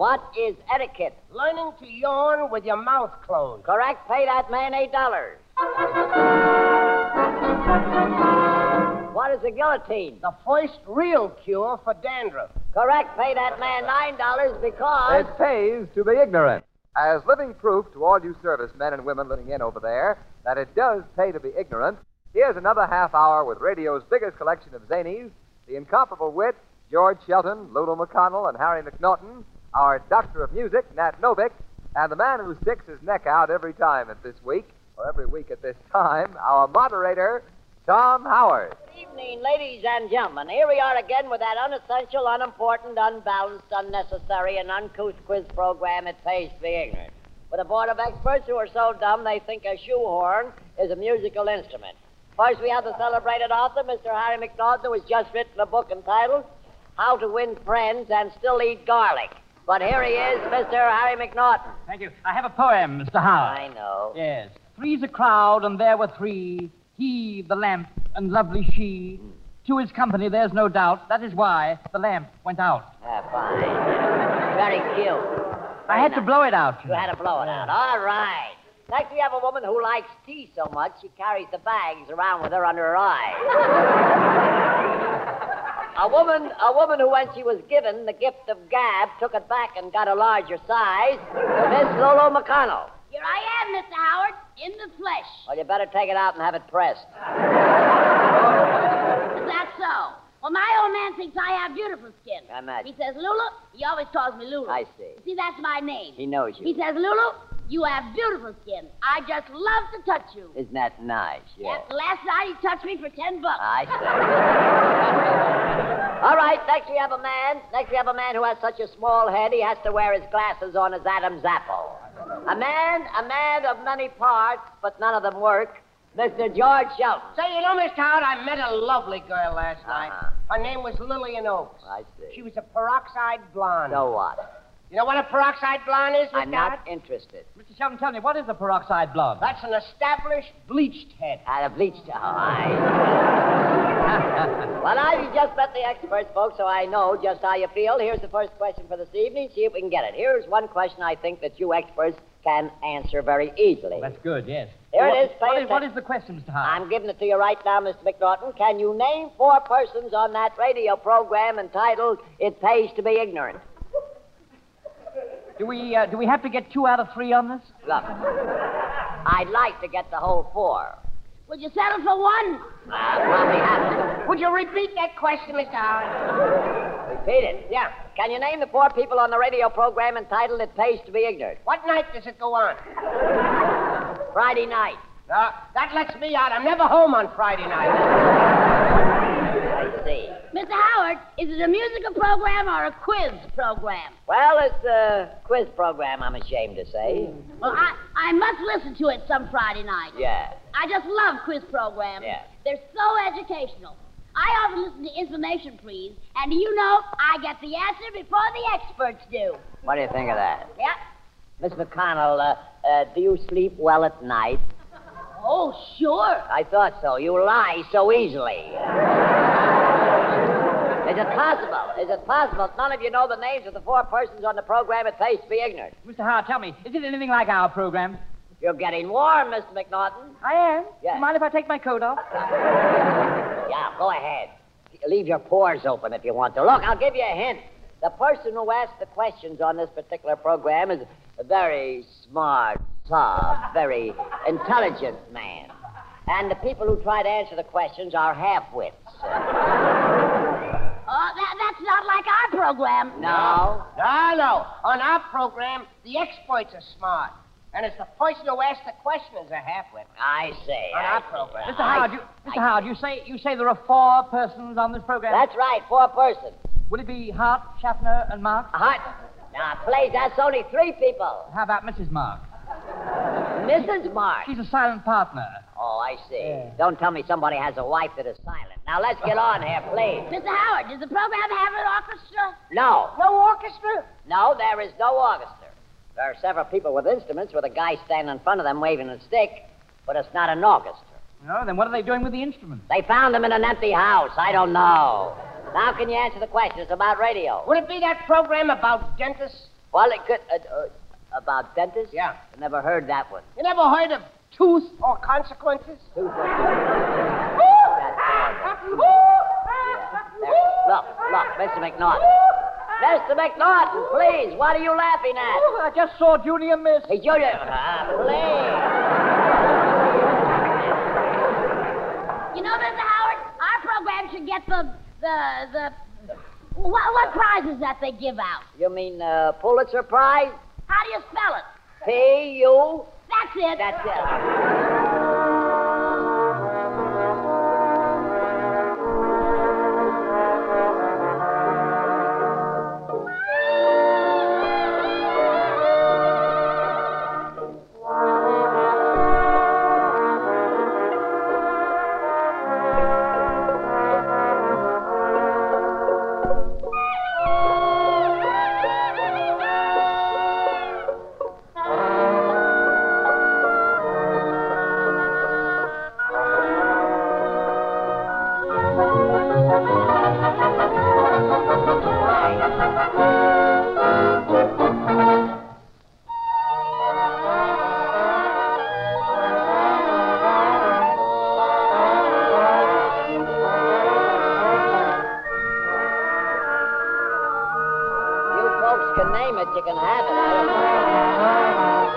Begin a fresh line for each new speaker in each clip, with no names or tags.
What is etiquette?
Learning to yawn with your mouth closed.
Correct. Pay that man eight dollars. What is a guillotine?
The first real cure for dandruff.
Correct. Pay that man nine dollars because.
It pays to be ignorant. As living proof to all you servicemen and women living in over there that it does pay to be ignorant, here's another half hour with radio's biggest collection of zanies, the incomparable wit, George Shelton, Lulu McConnell, and Harry McNaughton, our doctor of music, Nat Novick, and the man who sticks his neck out every time at this week, or every week at this time, our moderator, Tom Howard.
Good evening, ladies and gentlemen. Here we are again with that unessential, unimportant, unbalanced, unnecessary, and uncouth quiz program It Pays to Be Ignorant. With a board of experts who are so dumb they think a shoehorn is a musical instrument. First, we have the celebrated author, Mr. Harry McNaughton, who has just written a book entitled How to Win Friends and Still Eat Garlic. But here he is, Mr. Harry McNaughton.
Thank you. I have a poem, Mr. Howard.
I know.
Yes. Three's a crowd, and there were three. He, the lamp, and lovely she. To his company, there's no doubt. That is why the lamp went out.
Ah, fine. Very cute.
I had to blow it out.
You had to blow it out. All right. Next, we have a woman who likes tea so much she carries the bags around with her under her eyes. a woman, a woman who, when she was given the gift of gab, took it back and got a larger size. Miss Lolo McConnell.
Here I am, Mr. Howard, in the flesh.
Well, you better take it out and have it pressed.
Is that so? Well, my old man thinks I have beautiful skin.
I imagine.
He says, Lulu, he always calls me Lulu.
I see.
See, that's my name.
He knows
He
you.
says, Lulu, you have beautiful skin. I just love to touch you.
Isn't that nice? Yeah.
Yep, Last night he touched me for ten bucks.
I see. All right, next we have a man. Next we have a man who has such a small head he has to wear his glasses on his Adam's apple. A man, a man of many parts, but none of them work. Mr. George Shelton.
Say, you know, Mr. Howard, I met a lovely girl last
Uh-huh.
night. Her name was Lillian Oaks.
I see.
She was a peroxide blonde.
So what?
You know what a peroxide blonde is, Mr.
I'm not
Howard?
interested.
Mr. Shelton, tell me, what is a peroxide blonde?
That's an established bleached head.
Out of bleach to high. well, I've just met the experts, folks, so I know just how you feel. Here's the first question for this evening. See if we can get it. Here's one question I think that you experts can answer very easily.
That's good, yes.
Here it
What-
is,
What
pay
is, what
attention.
is the question, Mr. Howard?
I'm giving it to you right now, Mr. McNaughton. Can you name four persons on that radio program entitled It Pays to Be Ignorant?
Do we, uh, do we have to get two out of three on this?
Look, I'd like to get the whole four.
Would you settle for one?
I probably have
Would you repeat that question, Mr. Howard?
to. Repeat it.
Yeah.
Can you name the four people on the radio program entitled It Pays to Be Ignorant?
What night does it go on?
Friday night.
Uh, that lets me out. I'm never home on Friday night.
I see.
Mr. Howard, is it a musical program or a quiz program?
Well, it's a quiz program, I'm ashamed to say.
Well, I, I must listen to it some Friday night.
Yeah.
I just love quiz programs.
Yeah.
They're so educational. I often listen to information, please, and you know I get the answer before the experts do.
What do you think of that?
Yep.
Miss McConnell, uh, uh, do you sleep well at night?
Oh, sure.
I thought so. You lie so easily. Is it possible? Is it possible none of you know the names of the four persons on the program It Pays to Be Ignorant?
Mr. Howard, tell me, is it anything like our program?
You're getting warm, Mr. McNaughton.
I am.
Yes.
Do you mind if I take my coat off?
Yeah, go ahead. Leave your pores open if you want to. Look, I'll give you a hint. The person who asked the questions on this particular program is a very smart, suave, very intelligent man. And the people who try to answer the questions are half-wits.
Oh, that, that's not like our program.
No?
No, no. On our program, the experts are smart. And it's the person who asked the question is a halfwit.
I see. I
On our
see.
program.
Mr. Howard, you, Mr. Howard, you say you say there are four persons on this program.
That's right, four persons.
Would it be Hart, Schaffner, and Mark?
Hot. Now, please, that's only three people.
How about Mrs. Mark?
Mrs. Mark.
She's a silent partner.
Oh, I see.
Yeah.
Don't tell me somebody has a wife that is silent. Now, let's get on here, please.
Mr. Howard, does the program have an orchestra?
No.
No orchestra?
No, there is no orchestra. There are several people with instruments with a guy standing in front of them waving a stick, but it's not an orchestra.
No, then what are they doing with the instruments?
They found them in an empty house. I don't know. Now, can you answer the question? It's about radio.
Would it be that program about dentists?
Well, it could. Uh, uh, about dentists?
Yeah.
I never heard that one.
You never heard of tooth or consequences?
Two sentences. That's all. Yeah. There. Look, look, Mr. McNaughton. Mr. McNaughton, please, what are you laughing at?
Oh, I just saw Junior miss.
Hey, Junior. Ah, please.
You know, Mr. Howard, our program should get the the the what what prizes that they give out.
You mean uh, Pulitzer Prize?
How do you spell it?
P U.
That's it.
That's it. You folks can name it, you can have it. I don't mind.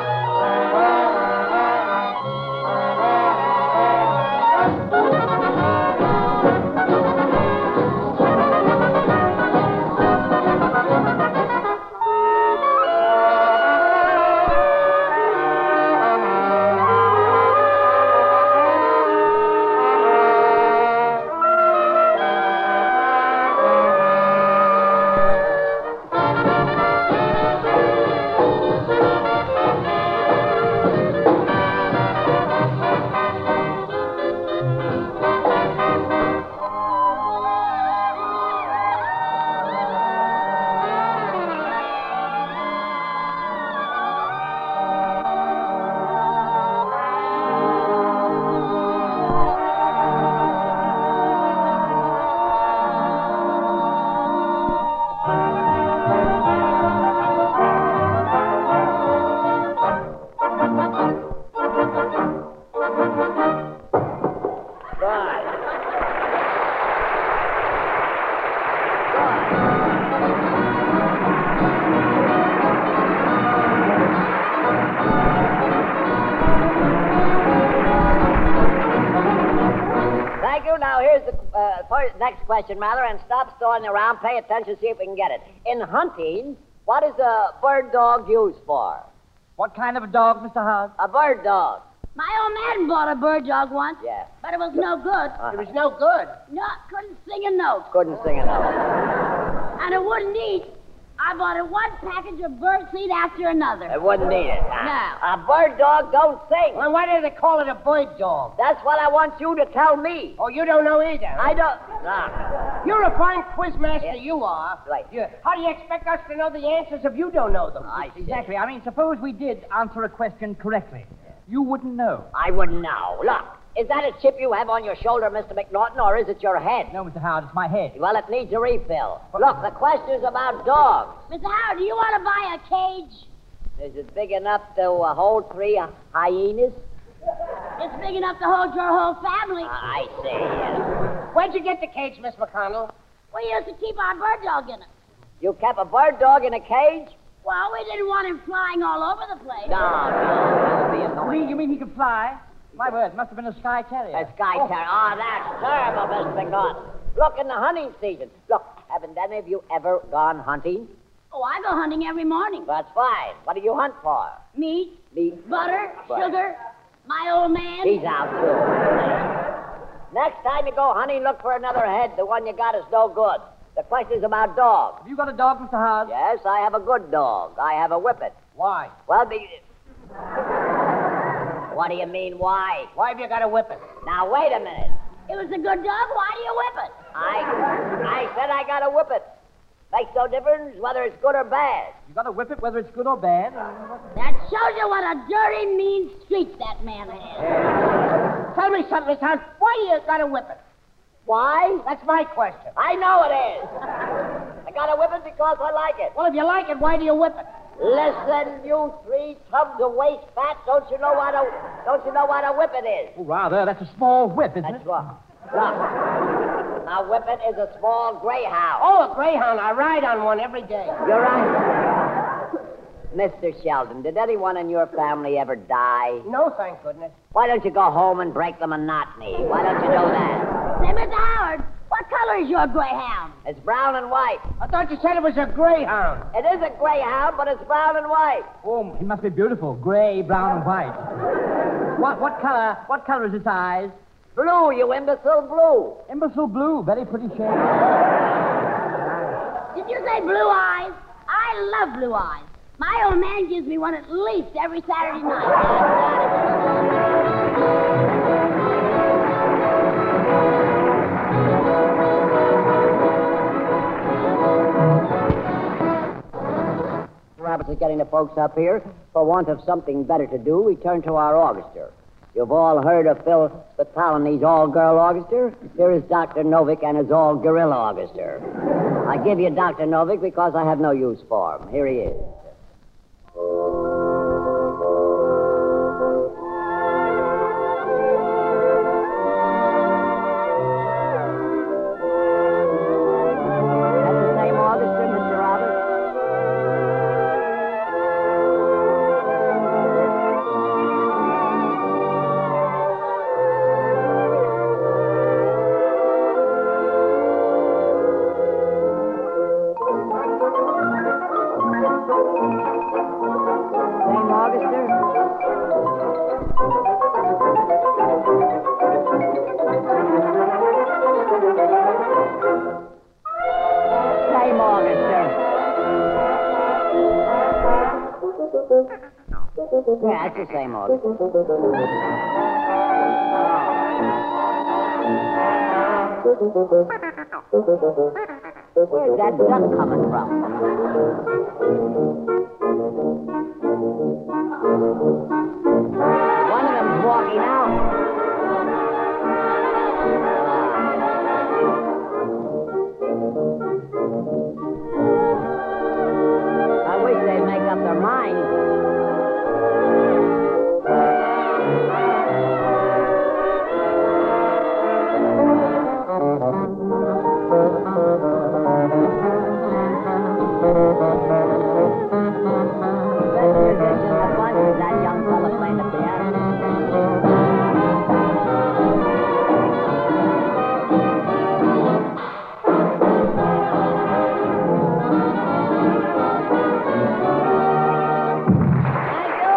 Right. Thank you. Now, here's the uh, first, next question, rather, and stop stalling around. Pay attention, see if we can get it. In hunting, what is a bird dog used for?
What kind of a dog, Mr. Howard?
A bird dog.
My old man bought a bird dog once.
Yeah. Uh-huh.
But it was no good.
It was no good.
No, couldn't sing a note,
Couldn't sing enough.
and it wouldn't eat. I bought it one package of bird seed after another.
It wouldn't need it.
No.
A bird dog don't sing.
Well, why do they call it a bird dog?
That's what I want you to tell me.
Oh, you don't know either. huh?
I don't. Nah.
You're a fine
Yeah.
quizmaster, you are.
Right.
You- how do you expect us to know the answers if you don't know them?
I see.
Exactly. I mean, suppose we did answer a question correctly. You wouldn't know.
I wouldn't know. Look, is that a chip you have on your shoulder, Mr. McNaughton, or is it your head?
No, Mr. Howard, it's my head.
Well, it needs a refill. Look, the question is about dogs.
Mr. Howard, do you want to buy a cage?
Is it big enough to uh, hold three uh, hyenas?
It's big enough to hold your whole family.
I see. yes.
Where'd you get the cage, Miss McConnell?
We used to keep our bird dog in it.
You kept a bird dog in a cage?
Well, we didn't want him flying all over the place.
No, no, that would be annoying.
Really, you mean he could fly? My word, must have been a sky terrier.
A sky terror. Oh, that's terrible, Mr. McNaughton. Look, in the hunting season. Look, haven't any of you ever gone hunting?
Oh, I go hunting every morning.
That's fine. What do you hunt for?
Meat,
Meat.
butter,
Butter.
sugar, my old man.
He's out too. Next time you go hunting, look for another head. The one you got is no good. The question is about dogs.
Have you got a dog, Mr. Howard?
Yes, I have a good dog. I have a whippet.
Why?
Well, be. What do you mean, why?
Why have you got a whipping?
Now, wait a minute.
It was a good dog. Why do you whip it?
I, I said I got a whippet. Makes no difference whether it's good or bad.
You got to whip it whether it's good or bad.
That shows you what a dirty, mean streak that man has.
Tell me something, Miss Hunt. Why you got a whipping?
Why?
That's my question.
I know it is. I got a whippet because I like it.
Well, if you like it, why do you whip it?
Listen, you three tubs of waste fat. Don't you know what a don't you know what a whippet is?
Oh, rather. That's a small whip, isn't
That's
it?
what. Look, a whippet is a small greyhound.
Oh, a greyhound. I ride on one every day.
Oh,
You're right, Mr. Sheldon. Did anyone in your family ever die?
No, thank goodness.
Why don't you go home and break the monotony? Why don't you do that?
Say, Mr. Howard, what color is your greyhound?
It's brown and white.
I thought you said it was a greyhound.
It is a greyhound, but it's brown and white.
Oh, he must be beautiful. Gray, brown, and white. what, what color? What color is its eyes?
Blue, you imbecile, blue.
Imbecile blue. Very pretty shade.
Did you say blue eyes? I love blue eyes. My old man gives me one at least every Saturday night.
Roberts is getting the folks up here. For want of something better to do, we turn to our Auguster. You've all heard of Phil Spitalny's all-girl Auguster. Here is Dr. Novick and his all-gorilla Auguster. I give you Dr. Novick because I have no use for him. Here he is. That's the same Auguster, Mr. Roberts. Same Auguster? Same Auguster. Yeah, it's the same Auguster. Where's that duck coming from? One of them's walking out. I wish they'd make up their minds. Best position the bunch is that young fella playing the piano. Thank you, thank you.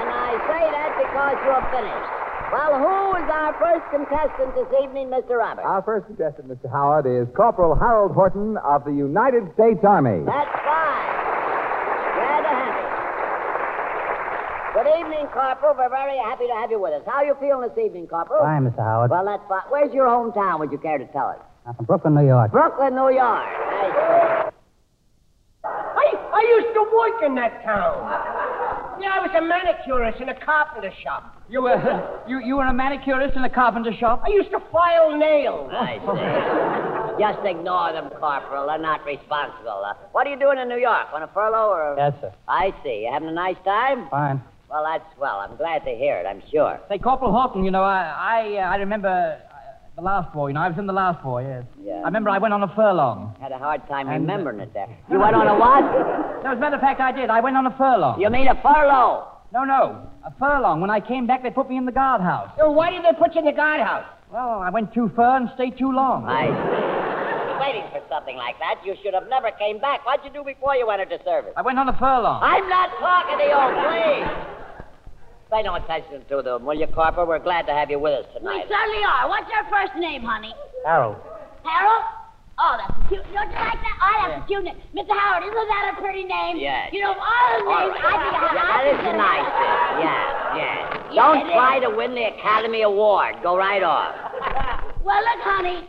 And I say that because you're finished. Well, who is our first contestant this evening, Mr. Roberts?
Our first contestant, Mr. Howard, is Corporal Harold Horton of the United States Army.
That's fine. Glad to have you. Good evening, Corporal. We're very happy to have you with us. How are you feeling this evening, Corporal?
Fine, Mr. Howard.
Well, that's fine. Where's your hometown, would you care to tell us?
I'm from Brooklyn, New York.
Brooklyn, New York. Nice.
I, I used to work in that town. Yeah, I was a manicurist in a carpenter shop.
You were you, you were a manicurist in a carpenter shop.
I used to file nails.
I see. Just ignore them, Corporal. They're not responsible. Uh, what are you doing in New York? On a furlough or?
Yes, sir.
I see. You having a nice time?
Fine.
Well, that's well. I'm glad to hear it. I'm sure.
Say, Corporal Horton, you know, I I, uh, I remember uh, the last war. You know, I was in the last war. Yes.
Yeah.
I remember I went on a furlong.
Had a hard time
And-
remembering it there. You went on a what?
No, as a matter of fact, I did. I went on a furlong.
You mean a furlough?
No, no, a furlong. When I came back, they put me in the guardhouse.
So why did they put you in the guardhouse?
Well, I went too far and stayed too long.
I see. Waiting for something like that, you should have never came back. What'd you do before you entered the service?
I went on a furlong.
I'm not talking to you, please. Pay no attention to them, will you, Corporal? We're glad to have you with us
We
tonight.
certainly are. What's your first name, honey?
Harold.
Harold? Oh, that's a cute. Don't you like that? Oh, that's a cute name. Mr. Howard, isn't that a pretty name?
Yes.
You know, of all the
All
names,
right.
I think I
Yeah, that is nice. eh? Yeah, yeah. Don't
it
try to win the Academy Award. Go right off.
Well, look, honey.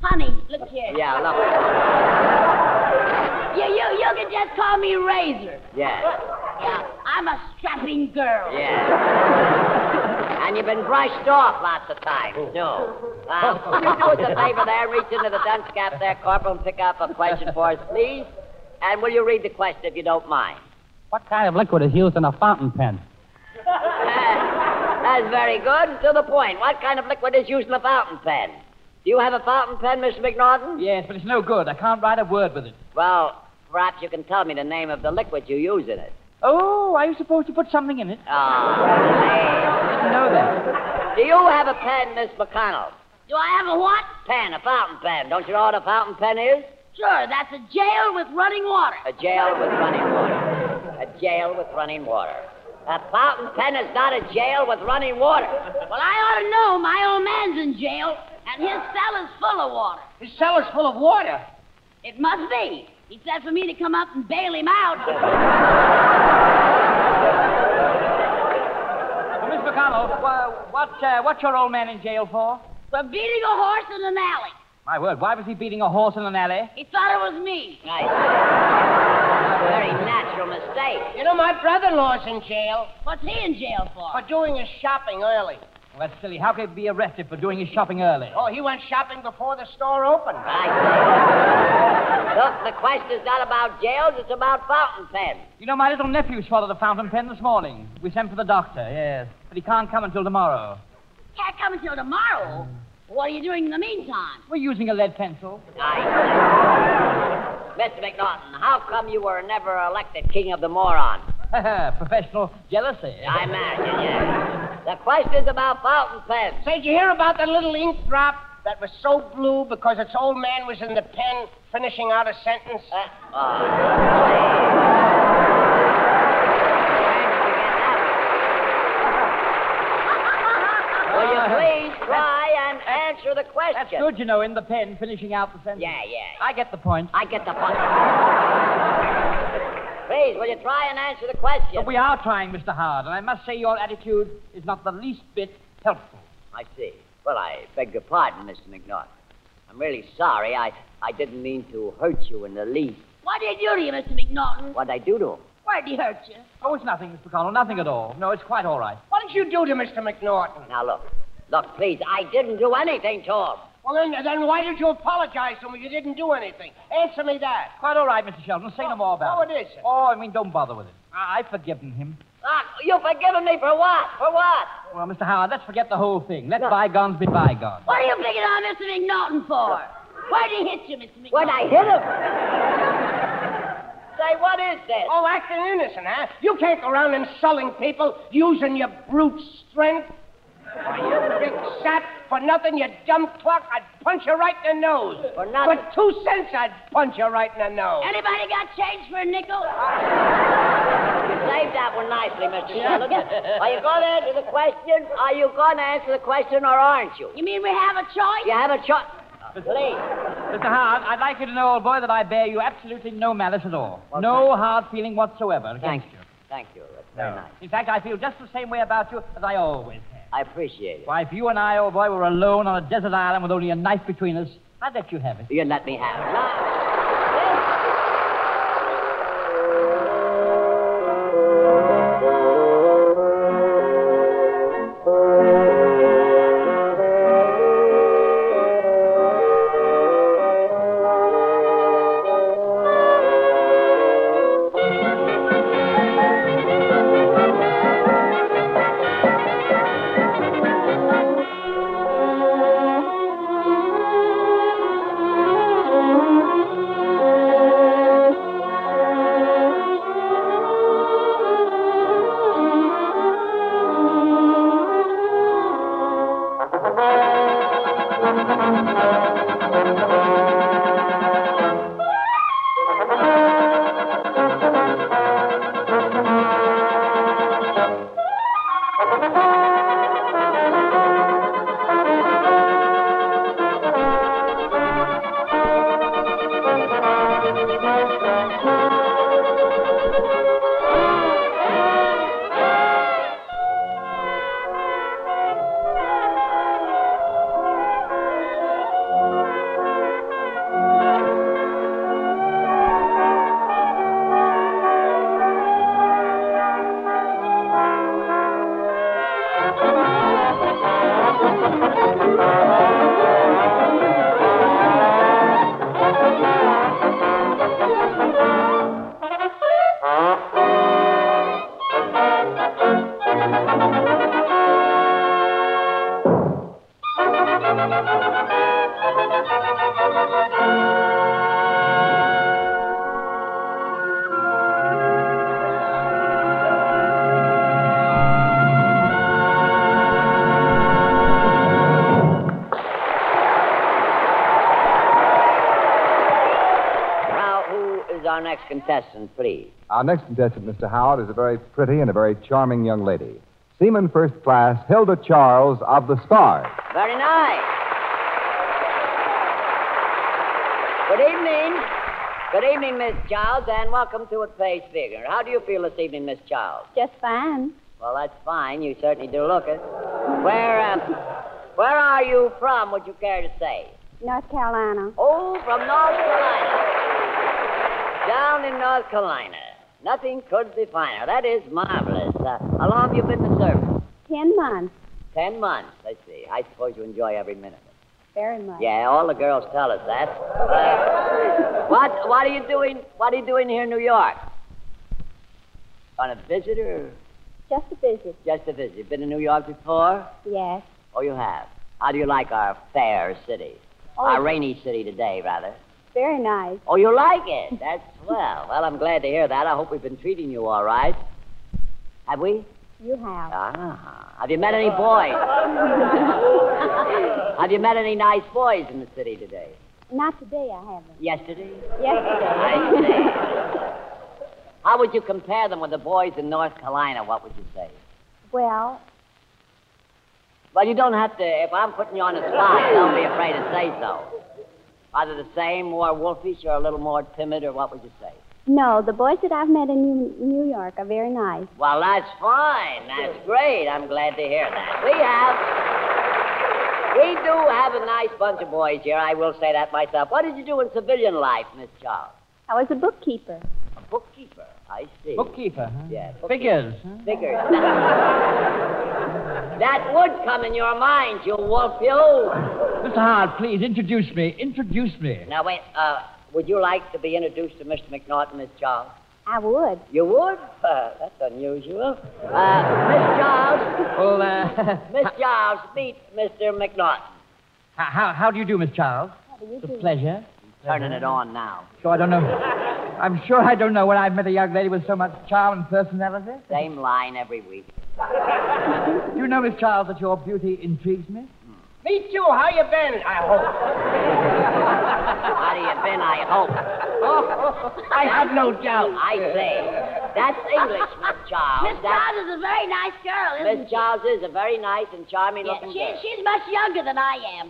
Honey, look here.
Yeah, look.
You, you, you can just call me Razor.
Yeah,
Yeah, I'm a strapping girl.
yeah. And you've been brushed off lots of times, too. Now, would you do us a favor there? Reach into the dunce cap there, Corporal, and pick up a question for us, please. And will you read the question if you don't mind?
What kind of liquid is used in a fountain pen?
Ah, That's very good. To the point. What kind of liquid is used in a fountain pen? Do you have a fountain pen, Mr. McNaughton?
Yes, but it's no good. I can't write a word with it.
Well, perhaps you can tell me the name of the liquid you use in it.
Oh, are you supposed to put something in it?
Ah,
I didn't know that.
please. Do you have a pen, Miss McConnell?
Do I have a what?
Pen, a fountain pen. Don't you know what a fountain pen is?
Sure, that's a jail with running water.
A jail with running water. A jail with running water. A fountain pen is not a jail with running water.
Well, I ought to know. My old man's in jail, and his cellar's full of water.
His cellar's full of water.
It must be. He said for me to come up and bail him out.
Well, Miss McConnell, wha- what, uh, what's your old man in jail for?
For beating a horse in an alley.
My word, why was he beating a horse in an alley?
He thought it was me.
Nice. Very natural mistake.
You know, my brother-in-law's in jail
What's he in jail for?
for doing his shopping early.
Well, that's silly. How could he be arrested for doing his shopping early?
Oh, he went shopping before the store opened.
I see. Look, the question's not about jails, it's about fountain pens.
You know, my little nephew swallowed a fountain pen this morning. We sent for the doctor, yes. But he can't come until tomorrow.
Can't come until tomorrow. What are you doing in the meantime?
We're using a lead pencil.
I see. Mr. McNaughton, how come you were never elected king of the morons?
Professional jealousy.
I imagine, yes. The question's about fountain pens.
Say, did you hear about that little ink drop that was so blue because its old man was in the pen finishing out a sentence?
Uh,
Uh-huh.
oh, Where did you get that one? Will you please try and answer the question?
That's good, you know, in the pen, finishing out the sentence.
Yeah, yeah.
I get the point.
I get the point. Please, will you try and answer the question?
But Oh, we are trying, Mr. Howard, and I must say your attitude is not the least bit helpful.
I see. Well, I beg your pardon, Mr. McNaught. I'm really sorry. I, I didn't mean to hurt you in the least.
What did he do to you, Mr. McNaughton?
What'd I do to him?
Where'd he hurt you?
Oh, it's nothing, Mr. Connell, nothing at all. No, it's quite all right.
What did you do to Mr. McNaughton?
Now, look. Look, please, I didn't do anything to him.
Well, then, then why did you apologize to him if you didn't do anything? Answer me that.
Quite all right, Mr. Sheldon. Say no more about
oh,
it.
it isn't.
Oh, I mean, don't bother with it. I- I've forgiven him.
Look, you've forgiven Ah, me for what? For what?
Well, Mr. Howard, let's forget the whole thing. Let bygones be bygones.
What are you picking on Mr. McNaughton for? Where'd he hit you, Mr. McNaughton?
When I hit him. Say, what is this?
Oh, acting innocent, huh? You can't go around insulting people using your brute strength. Why, you big sap for nothing, you dumb cluck. I'd punch you right in the nose.
For nothing.
For two cents, I'd punch you right in the nose.
Anybody got change for a nickel?
You saved that one nicely, Mr. Sheldon. Are you going to answer the question? Are you going to answer the question or aren't you?
You mean we have a choice?
You have a choice. Please.
Mr. Howard, I'd like you to know, old boy, that I bear you absolutely no malice at all.
Well,
no hard feeling whatsoever.
Thank
against
you. Thank you. That's very nice.
In fact, I feel just the same way about you as I always have.
I appreciate it.
Why, if you and I, old boy, were alone on a desert island with only a knife between us, I'd let you have it.
You let me have it. Now, our next contestant, please?
Our next contestant, Mr. Howard, is a very pretty and a very charming young lady. Seaman First Class Hilda Charles of the Stars.
Very nice. Good evening. Good evening, Miss Childs, and welcome to It Pays Bigger. How do you feel this evening, Miss Childs?
Just fine.
Well, that's fine. You certainly do look it. Where, um, where are you from, would you care to say?
North Carolina.
Oh, from North Carolina. Down in North Carolina. Nothing could be finer. That is marvelous. Uh, how long have you been in the service?
Ten months.
Ten months, I see. I suppose you enjoy every minute. of
Very much.
it. Yeah, all the girls tell us that. Uh, what, what are you doing? What are you doing here in New York? On a visitor? or
Just a visit.
Just a visit. Been to New York before?
Yes.
Oh, you have. How do you like our fair city?
Oh,
our
it's-
rainy city today, rather.
Very nice.
Oh, you like it? That's swell. Well, I'm glad to hear that. I hope we've been treating you all right. Have we?
You have.
Ah. Have you met any boys? Have you met any nice boys in the city today?
Not today, I haven't.
Yesterday? I
Yesterday.
see. How would you compare them with the boys in North Carolina? What would you say?
well,
Well, you don't have to. If I'm putting you on the spot, don't be afraid to say so. Either the same, more wolfish, or a little more timid, or what would you say?
no, the boys that I've met in New, New York are very nice.
Well, that's fine. That's great. I'm glad to hear that. We have. We do have a nice bunch of boys here. I will say that myself. What did you do in civilian life, Miss Charles?
I was a bookkeeper.
A bookkeeper. I see.
Bookkeeper, huh?
Yeah, bookkeeper.
Figures.
Figures. that would come in your mind, you wolf, you.
Mr. Howard, please introduce me. Introduce me.
Now, wait. Uh, would you like to be introduced to Mr. McNaughton, Miss Charles?
I would.
You would? Uh, that's unusual. Uh, Miss Charles,
Well, uh,
Miss Charles, meet Mr. McNaughton.
how, how do you do, Miss Charles?
How do you
It's a
do?
pleasure.
Turning it on now.
Sure, I don't know. I'm sure I don't know when I've met a young lady with so much charm and personality.
Same line every week.
Do you know, Miss Charles, that your beauty intrigues me?
Me too. How you been? I hope.
How do you been, I hope?
I have no doubt.
I say. That's English, Miss Charles.
Miss
That's-
Cloud is a very nice girl, isn't
Oh, Miss Charles is a very nice and charming
she? Yeah,
looking
she?
girl.
She's much younger than I am.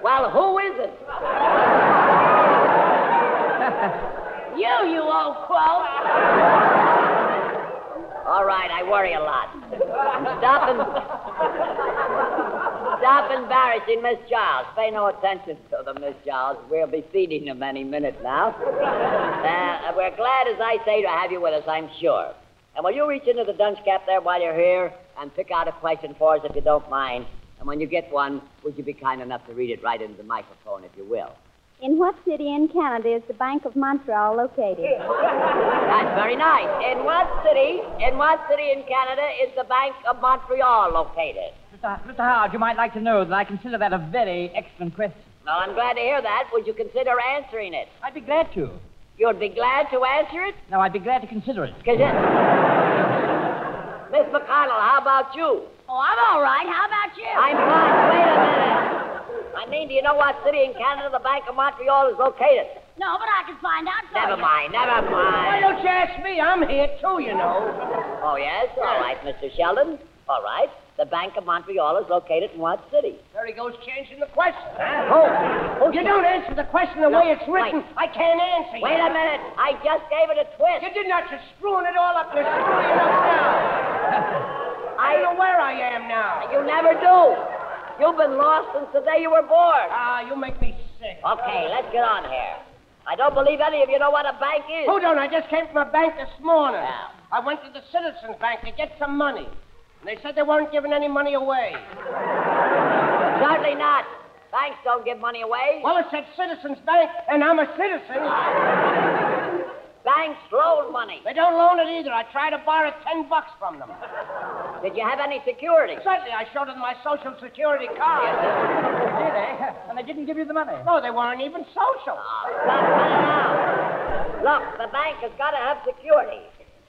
Well, who is it?
You, you old crow.
All right, I worry a lot. Stop and stop embarrassing Miss Giles. Pay no attention to them, Miss Giles. We'll be feeding them any minute now. Uh, we're glad, as I say, to have you with us. I'm sure. And will you reach into the dunce cap there while you're here and pick out a question for us, if you don't mind? And when you get one, would you be kind enough to read it right into the microphone, if you will?
In what city in Canada is the Bank of Montreal located?
That's very nice. In what city? In what city in Canada is the Bank of Montreal located?
Mr. Mr. Howard, you might like to know that I consider that a very excellent question.
Well, I'm glad to hear that. Would you consider answering it?
I'd be glad to.
You'd be glad to answer it?
No, I'd be glad to consider it.
Because Miss McConnell, how about you?
Oh, I'm all right. How about you?
I'm fine. Wait a minute. I mean, do you know what city in Canada the Bank of Montreal is located?
No, but I can find out for
Never
you.
mind, never
Why
mind.
don't you ask me? I'm here too, you know.
Oh, yes? All right, Mr. Sheldon. All right. The Bank of Montreal is located in what city?
There he goes changing the question. Oh, you don't answer the question the way it's written. I can't answer you.
Wait a minute. I just gave it a
You
twist.
did not. You're screwing it all up. You're screwing it up now. I don't know where I am now.
You never do. You've been lost since the day you were born.
Ah, you make me sick.
Okay, let's get on here. I don't believe any of you know what a bank is.
Hold on, I just came from a bank this morning.
Yeah.
I went to the Citizens Bank to get some money. And they said they weren't giving any money away.
Certainly not. Banks don't give money away.
Well, it said Citizens Bank, and I'm a citizen.
Banks loan money.
They don't loan it either. I tried to borrow ten bucks from them.
Did you have any security?
Certainly, I showed them my Social Security card.
Did they? And they didn't give you the money.
No, they weren't even social.
Oh, stop running out. Look, the bank has got to have security.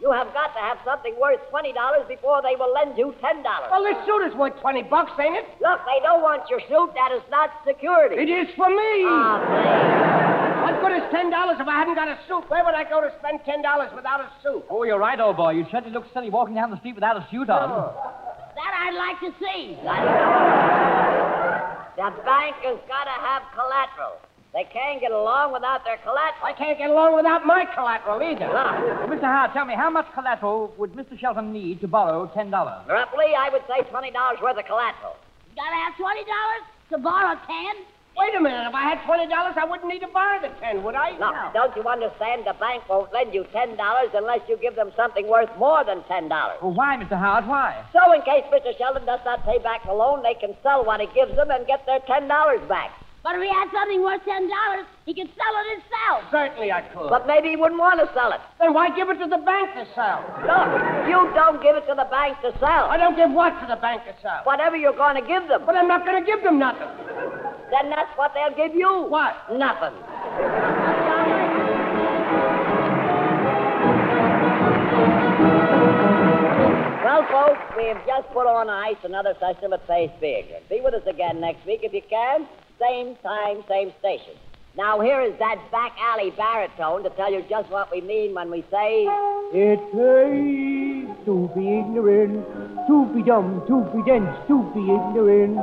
You have got to have something worth $20 before they will lend you $10.
Well, this suit is worth 20 bucks, ain't it?
Look, they don't want your suit. That is not security.
It is for me.
Ah, please.
What Ah, good is ten dollars if I hadn't got a suit? Where would I go to spend ten dollars without a suit?
Oh, you're right, old boy. You certainly look silly walking down the street without a suit on.
That I'd like to see.
The bank has got to have collateral. They can't get along without their
I
collateral.
can't get along without my collateral either.
Huh.
Mr. Howard, tell me, how much collateral would Mr. Shelton need to borrow ten dollars?
Roughly, I would say $20 worth of collateral.
You gotta have twenty dollars to borrow ten.
Wait a minute. If I had twenty dollars, I wouldn't need to borrow the ten, would I?
No, don't you understand? The bank won't lend you $10 unless you give them something worth more than $10.
Well, why, Mr. Howard? Why?
So, in case Mr. Sheldon does not pay back the loan, they can sell what he gives them and get their $10 back.
But if he had something worth ten dollars, he could sell it himself.
Certainly I could.
But maybe he wouldn't want to sell it.
then why give it to the bank to sell?
Look, you don't give it to the bank to
I
sell.
don't give what to the bank to sell.
Whatever you're going to give them,
But I'm not going to give them nothing.
then that's what they'll give you.
What?
Nothing. Well, folks, we have just put on ice another session of Face Big. Be with us again next week if you can. Same time, same station. Now, here is that back alley baritone to tell you just what we mean when we say.
It pays to be ignorant, to be dumb, to be dense, to be ignorant.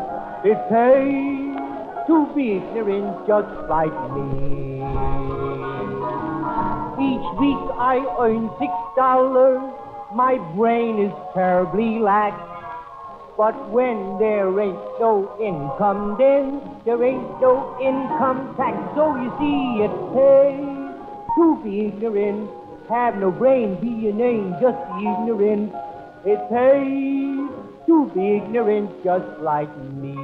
It pays to be ignorant, just like me. Each week I earn six dollars. My brain is terribly lax. But when there ain't no income, then there ain't no income tax. So you see, it pays to be ignorant, have no brain, be inane, just be ignorant. It pays to be ignorant, just like me.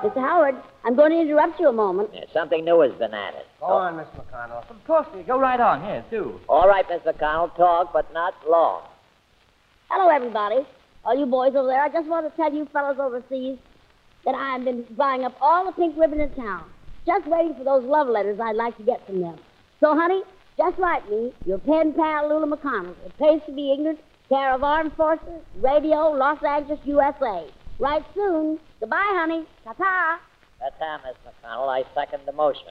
Mr. Howard, I'm going to interrupt you a moment.
Yeah, something new has been added.
Go on, Miss McConnell.
Of course, dear. Go right on. Yes, do.
All right, Miss McConnell, talk, but not long.
Hello, everybody. All you boys over there, I just want to tell you fellas overseas that I have been buying up all the pink ribbon in town, just waiting for those love letters I'd like to get from them. So, honey, just write me, your pen pal, Lula McConnell. It pays to be ignorant, care of armed forces, radio, Los Angeles, USA. Write soon. Goodbye, honey. Ta-ta.
That's how, Miss McConnell. I second the motion.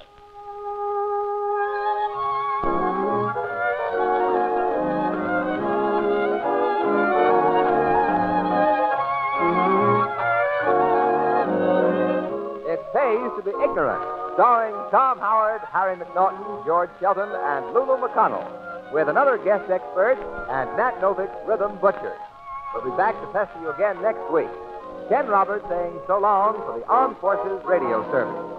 It Pays to Be Ignorant, starring Tom Howard, Harry McNaughton, George Shelton, and Lulu McConnell, with another guest expert and Nat Novick's Rhythm Butcher. We'll be back to pester you again next week. Ken Roberts saying so long for the Armed Forces Radio Service.